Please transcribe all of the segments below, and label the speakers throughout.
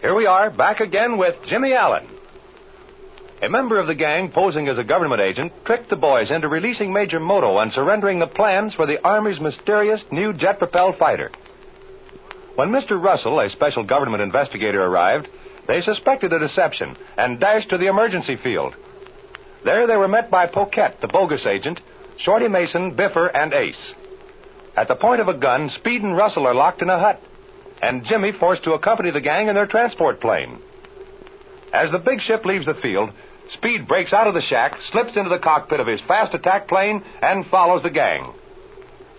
Speaker 1: Here we are, back again with Jimmy Allen. A member of the gang posing as a government agent tricked the boys into releasing Major Moto and surrendering the plans for the Army's mysterious new jet propelled fighter. When Mr. Russell, a special government investigator, arrived, they suspected a deception and dashed to the emergency field. There they were met by Poquette, the bogus agent, Shorty Mason, Biffer, and Ace. At the point of a gun, Speed and Russell are locked in a hut, and Jimmy forced to accompany the gang in their transport plane. As the big ship leaves the field, Speed breaks out of the shack, slips into the cockpit of his fast attack plane, and follows the gang.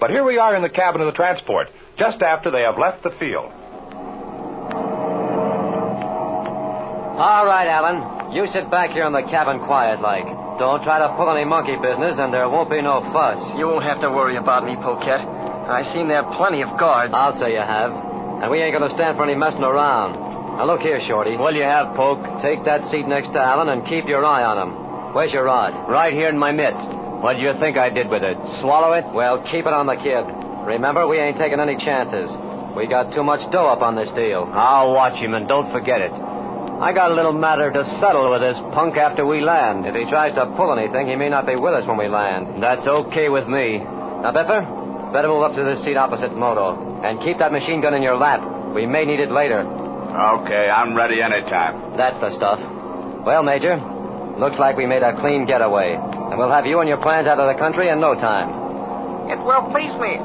Speaker 1: But here we are in the cabin of the transport, just after they have left the field.
Speaker 2: All right, Alan. You sit back here in the cabin quiet like. Don't try to pull any monkey business, and there won't be no fuss.
Speaker 3: You won't have to worry about me, Poquette. I seen there plenty of guards.
Speaker 2: I'll say you have. And we ain't gonna stand for any messing around. Now look here, Shorty.
Speaker 4: What do you have, Poke?
Speaker 2: Take that seat next to Alan and keep your eye on him. Where's your rod?
Speaker 4: Right here in my mitt. What do you think I did with it? Swallow it?
Speaker 2: Well, keep it on the kid. Remember, we ain't taking any chances. We got too much dough up on this deal.
Speaker 4: I'll watch him and don't forget it. I got a little matter to settle with this punk after we land.
Speaker 2: If he tries to pull anything, he may not be with us when we land.
Speaker 4: That's okay with me.
Speaker 2: Now, Biffer, better move up to this seat opposite Moto. And keep that machine gun in your lap. We may need it later.
Speaker 5: Okay, I'm ready anytime.
Speaker 2: That's the stuff. Well, Major, looks like we made a clean getaway. And we'll have you and your plans out of the country in no time.
Speaker 6: It will please me.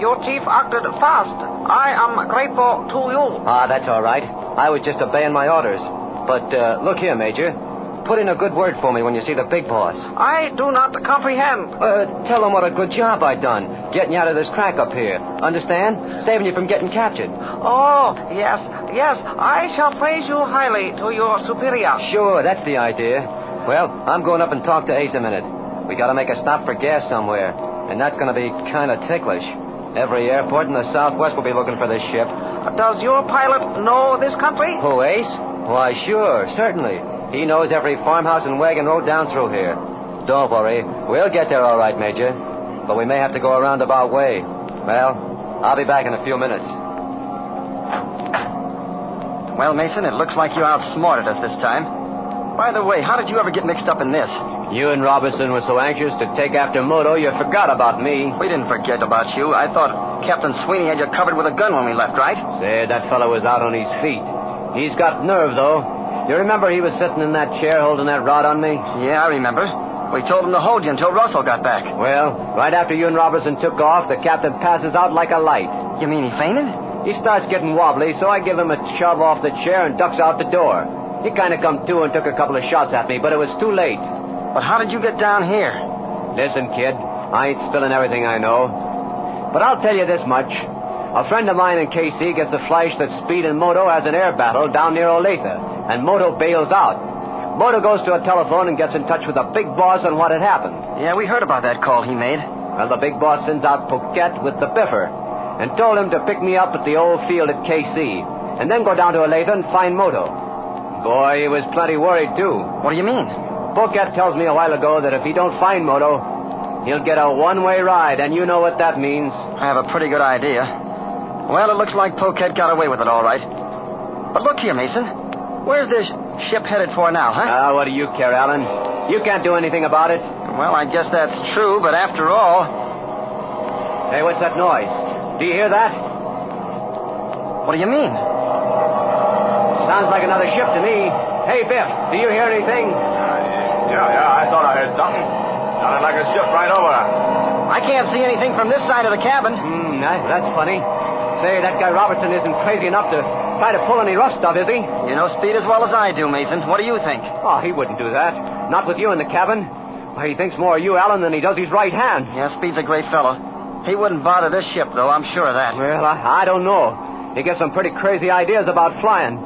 Speaker 6: Your chief acted fast. I am grateful to you.
Speaker 2: Ah, that's all right. I was just obeying my orders. But uh, look here, Major. Put in a good word for me when you see the big boss.
Speaker 6: I do not comprehend.
Speaker 2: Uh, tell him what a good job I done getting you out of this crack up here. Understand? Saving you from getting captured.
Speaker 6: Oh, yes, yes. I shall praise you highly to your superior.
Speaker 2: Sure, that's the idea. Well, I'm going up and talk to Ace a minute. We gotta make a stop for gas somewhere, and that's gonna be kinda ticklish. Every airport in the southwest will be looking for this ship.
Speaker 6: Does your pilot know this country?
Speaker 2: Who,
Speaker 3: eh?
Speaker 2: Ace? Why, sure, certainly. He knows every farmhouse and wagon road down through here. Don't worry, we'll get there all right, Major. But we may have to go a roundabout way. Well, I'll be back in a few minutes.
Speaker 3: Well, Mason, it looks like you outsmarted us this time. By the way, how did you ever get mixed up in this?
Speaker 4: You and Robinson were so anxious to take after Moto, you forgot about me.
Speaker 3: We didn't forget about you. I thought Captain Sweeney had you covered with a gun when we left, right?
Speaker 4: Say, that fellow was out on his feet. He's got nerve, though. You remember he was sitting in that chair holding that rod on me?
Speaker 3: Yeah, I remember. We told him to hold you until Russell got back.
Speaker 4: Well, right after you and Robertson took off, the captain passes out like a light.
Speaker 3: You mean he fainted?
Speaker 4: He starts getting wobbly, so I give him a shove off the chair and ducks out the door. He kind of come to and took a couple of shots at me, but it was too late.
Speaker 3: But how did you get down here?
Speaker 4: Listen, kid, I ain't spilling everything I know. But I'll tell you this much. A friend of mine in KC gets a flash that Speed and Moto has an air battle down near Olathe, and Moto bails out. Moto goes to a telephone and gets in touch with the big boss on what had happened.
Speaker 3: Yeah, we heard about that call he made.
Speaker 4: Well, the big boss sends out Poquette with the biffer and told him to pick me up at the old field at KC and then go down to Olathe and find Moto. Boy, he was plenty worried, too.
Speaker 3: What do you mean?
Speaker 4: Poquette tells me a while ago that if he don't find Moto, he'll get a one-way ride, and you know what that means.
Speaker 3: I have a pretty good idea. Well, it looks like Poquette got away with it all right. But look here, Mason. Where's this ship headed for now, huh?
Speaker 4: Ah, uh, what do you care, Alan? You can't do anything about it.
Speaker 3: Well, I guess that's true, but after all...
Speaker 4: Hey, what's that noise? Do you hear that?
Speaker 3: What do you mean?
Speaker 4: Sounds like another ship to me. Hey, Biff, do you hear anything?
Speaker 5: Yeah, yeah, I thought I heard something. Sounded like a ship right over us.
Speaker 3: I can't see anything from this side of the cabin.
Speaker 4: Hmm, that's funny. Say, that guy Robertson isn't crazy enough to try to pull any rough stuff, is he?
Speaker 3: You know speed as well as I do, Mason. What do you think?
Speaker 4: Oh, he wouldn't do that. Not with you in the cabin. Why, he thinks more of you, Alan, than he does his right hand.
Speaker 3: Yeah, Speed's a great fellow. He wouldn't bother this ship, though, I'm sure of that.
Speaker 4: Well, I, I don't know. He gets some pretty crazy ideas about flying.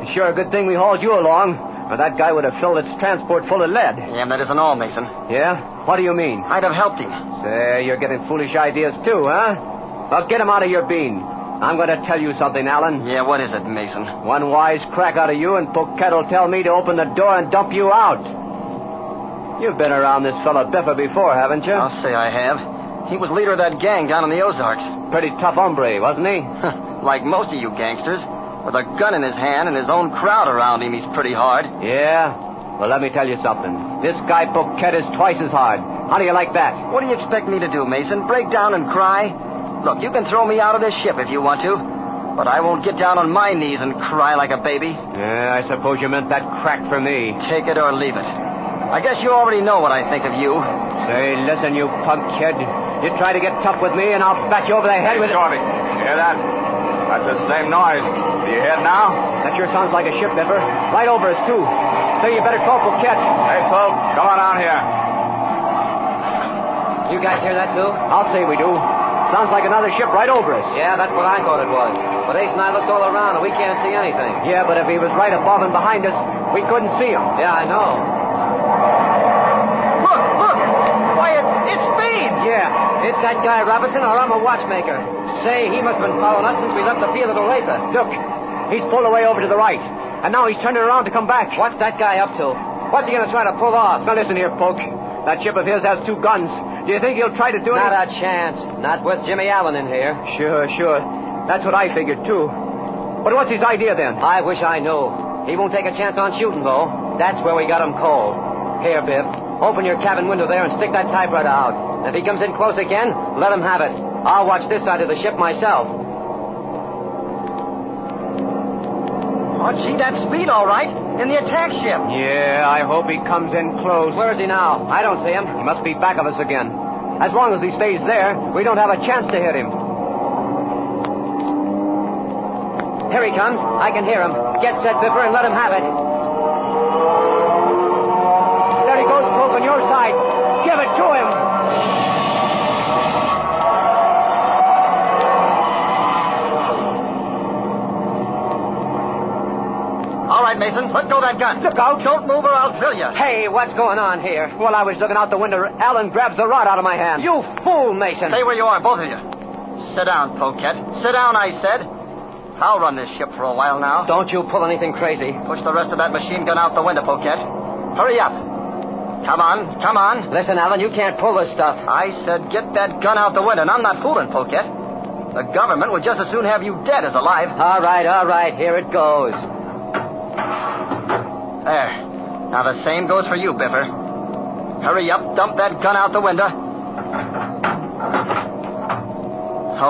Speaker 4: It's sure a good thing we hauled you along. Well, that guy would have filled its transport full of lead.
Speaker 3: Yeah, that isn't all, Mason.
Speaker 4: Yeah? What do you mean?
Speaker 3: I'd have helped him.
Speaker 4: Say, you're getting foolish ideas too, huh? Well, get him out of your bean. I'm going to tell you something, Alan.
Speaker 3: Yeah, what is it, Mason?
Speaker 4: One wise crack out of you, and Poquette will tell me to open the door and dump you out. You've been around this fellow Biffa before, haven't
Speaker 6: Oh,
Speaker 4: you?
Speaker 3: I'll say I have. He was leader of that gang down in the Ozarks.
Speaker 4: Pretty tough hombre, wasn't he?
Speaker 3: like most of you gangsters.
Speaker 4: With a gun in his hand and his own crowd around him, he's pretty hard.
Speaker 7: Yeah? Well, let me tell you something. This guy Bouquet is twice as hard. How do you like that?
Speaker 4: What do you expect me to do, Mason? Break down and cry? Look, you can throw me out of this ship if you want to, but I won't get down on my knees and cry like a baby.
Speaker 7: Yeah, I suppose you meant that crack for me.
Speaker 4: Take it or leave it. I guess you already know what I think of you.
Speaker 7: Say, listen, you punk kid. You try to get tough with me, and I'll bat you over the head
Speaker 1: Hey,
Speaker 7: with.
Speaker 1: Shorty, you hear that? That's the same noise. Do you hear it now?
Speaker 7: That sure sounds like a ship, Denver. Right over us, too. So you better call Bouquet.
Speaker 1: Hey, Pope, come on out here.
Speaker 8: You guys hear that too?
Speaker 7: I'll say we do. Sounds like another ship right over us.
Speaker 8: Yeah, that's what I thought it was. But Ace and I looked all around, and we can't see anything.
Speaker 7: Yeah, but if he was right above and behind us, we couldn't see him.
Speaker 8: Yeah, I know.
Speaker 6: Look, look! Why, it's, it's speed!
Speaker 8: Yeah, it's that guy Robinson, or I'm a watchmaker. Say, he must have been following us since we left the field at Olathe.
Speaker 7: Look, he's pulled away over to the right, and now he's turning around to come back.
Speaker 8: What's that guy up to? What's he going to try to pull off?
Speaker 7: Now listen here, Polk. That ship of his has two guns. Do you think he'll try to do
Speaker 8: Not
Speaker 7: it?
Speaker 8: a chance. Not with Jimmy Allen in here.
Speaker 7: Sure, sure. That's what I figured too. But what's his idea then?
Speaker 8: I wish I knew. He won't take a chance on shooting, though. That's where we got him cold. Here, Biff, open your cabin window there and stick that typewriter out. If he comes in close again, let him have it. I'll watch this side of the ship myself.
Speaker 4: Oh, gee, that speed, all right. In the attack ship.
Speaker 7: Yeah, I hope he comes in close.
Speaker 8: Where is he now? I don't see him.
Speaker 7: He must be back of us again. As long as he stays there, we don't have a chance to hit him.
Speaker 8: Here he comes. I can hear him. Get set, Biffer, and let him have it.
Speaker 7: There he goes, Polk, on your side. Give it to him.
Speaker 4: All right, Mason, let go that gun. Look out. Don't move or I'll drill you.
Speaker 8: Hey, what's going on here?
Speaker 7: Well, I was looking out the window. Alan grabs the rod out of my hand.
Speaker 8: You fool, Mason.
Speaker 4: Stay where you are, both of you. Sit down, Poquette. Sit down, I said. I'll run this ship for a while now.
Speaker 8: Don't you pull anything crazy.
Speaker 4: Push the rest of that machine gun out the window, Poquette. Hurry up. Come on, come on.
Speaker 8: Listen, Alan, you can't pull this stuff.
Speaker 4: I said get that gun out the window, and I'm not fooling, Poquette. The government would just as soon have you dead as alive.
Speaker 8: All right, all right, here it goes.
Speaker 4: There. Now the same goes for you, Biffer. Hurry up, dump that gun out the window.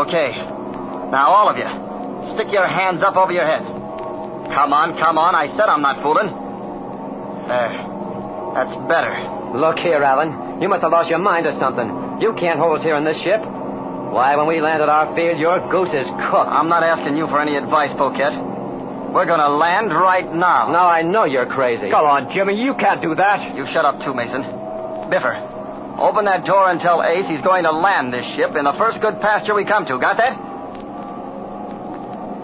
Speaker 4: Okay. Now, all of you, stick your hands up over your head. Come on, come on. I said I'm not fooling. There. That's better.
Speaker 8: Look here, Alan. You must have lost your mind or something. You can't hold us here in this ship. Why, when we land at our field, your goose is cooked.
Speaker 4: I'm not asking you for any advice, Poquette. We're going to land right now.
Speaker 8: Now I know you're crazy.
Speaker 7: Come on, Jimmy. You can't do that.
Speaker 4: You shut up, too, Mason. Biffer, open that door and tell Ace he's going to land this ship in the first good pasture we come to. Got that?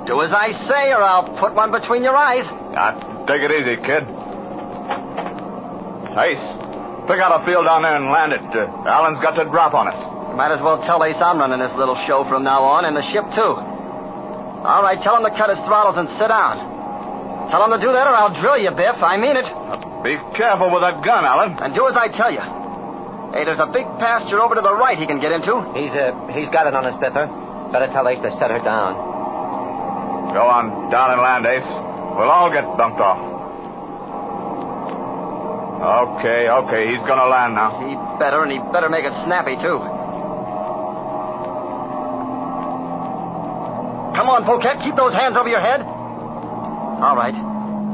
Speaker 4: Do as I say, or I'll put one between your eyes.
Speaker 1: Now, take it easy, kid. Ace, pick out a field down there and land it. Uh, Alan's got to drop on us.
Speaker 4: You might as well tell Ace I'm running this little show from now on, and the ship, too. All right, tell him to cut his throttles and sit down. Tell him to do that, or I'll drill you, Biff. I mean it.
Speaker 1: Be careful with that gun, Alan.
Speaker 4: And do as I tell you. Hey, there's a big pasture over to the right he can get into.
Speaker 8: He's uh, he's got it on his biffer. Better tell Ace to set her down.
Speaker 1: Go on down and land, Ace. We'll all get bumped off. Okay, okay, he's gonna land now.
Speaker 4: He better, and he better make it snappy, too. Come on, Poquette. Keep those hands over your head. All right.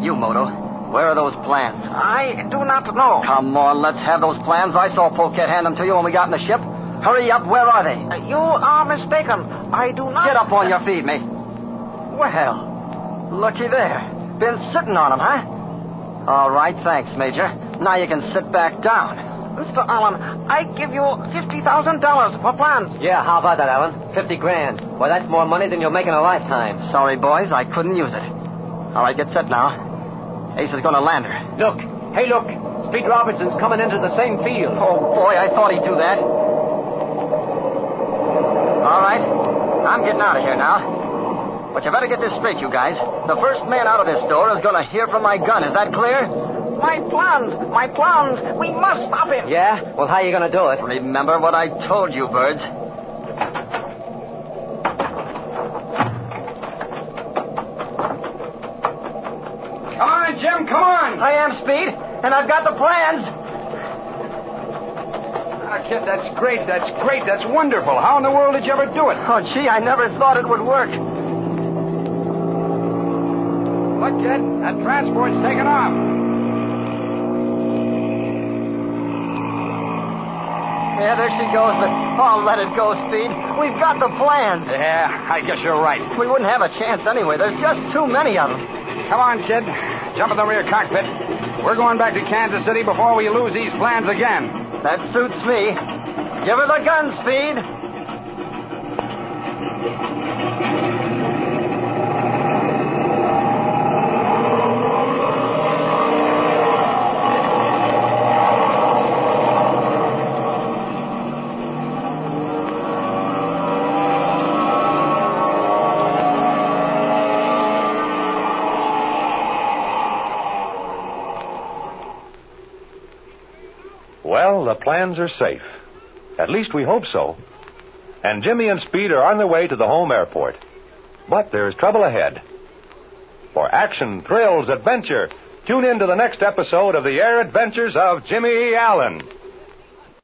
Speaker 4: You, Moto. Where are those plans?
Speaker 6: I do not know.
Speaker 4: Come on, let's have those plans. I saw Poquette hand them to you when we got in the ship. Hurry up. Where are they?
Speaker 6: You are mistaken. I do not.
Speaker 4: Get up on your feet, mate. Well, looky there. Been sitting on him, huh? All right, thanks, Major. Now you can sit back down.
Speaker 6: Mr. Allen, I give you $50,000 for plans.
Speaker 8: Yeah, how about that, Alan? Fifty grand. Why, that's more money than you'll make in a lifetime.
Speaker 4: Sorry, boys, I couldn't use it. All right, get set now. Ace is going to land her.
Speaker 7: Look. Hey, look. Speed Robinson's coming into the same field.
Speaker 4: Oh, boy, I thought he'd do that. All right, I'm getting out of here now. But you better get this straight, you guys. The first man out of this door is going to hear from my gun. Is that clear?
Speaker 6: My plans, my plans. We must stop him.
Speaker 8: Yeah? Well, how are you going to do it?
Speaker 4: Remember what I told you, birds.
Speaker 9: Come on, Jim, come on.
Speaker 4: I am Speed, and I've got the plans.
Speaker 10: Ah, kid, that's great. That's great. That's wonderful. How in the world did you ever do it?
Speaker 4: Oh, gee, I never thought it would work.
Speaker 10: Look, kid, that transport's taking off.
Speaker 4: Yeah, there she goes, but oh, let it go, Speed. We've got the plans.
Speaker 10: Yeah, I guess you're right.
Speaker 4: We wouldn't have a chance anyway. There's just too many of them.
Speaker 10: Come on, kid. Jump in the rear cockpit. We're going back to Kansas City before we lose these plans again.
Speaker 4: That suits me. Give her the gun, Speed.
Speaker 1: Well, the plans are safe. At least we hope so. And Jimmy and Speed are on their way to the home airport. But there is trouble ahead. For action, thrills, adventure, tune in to the next episode of The Air Adventures of Jimmy Allen.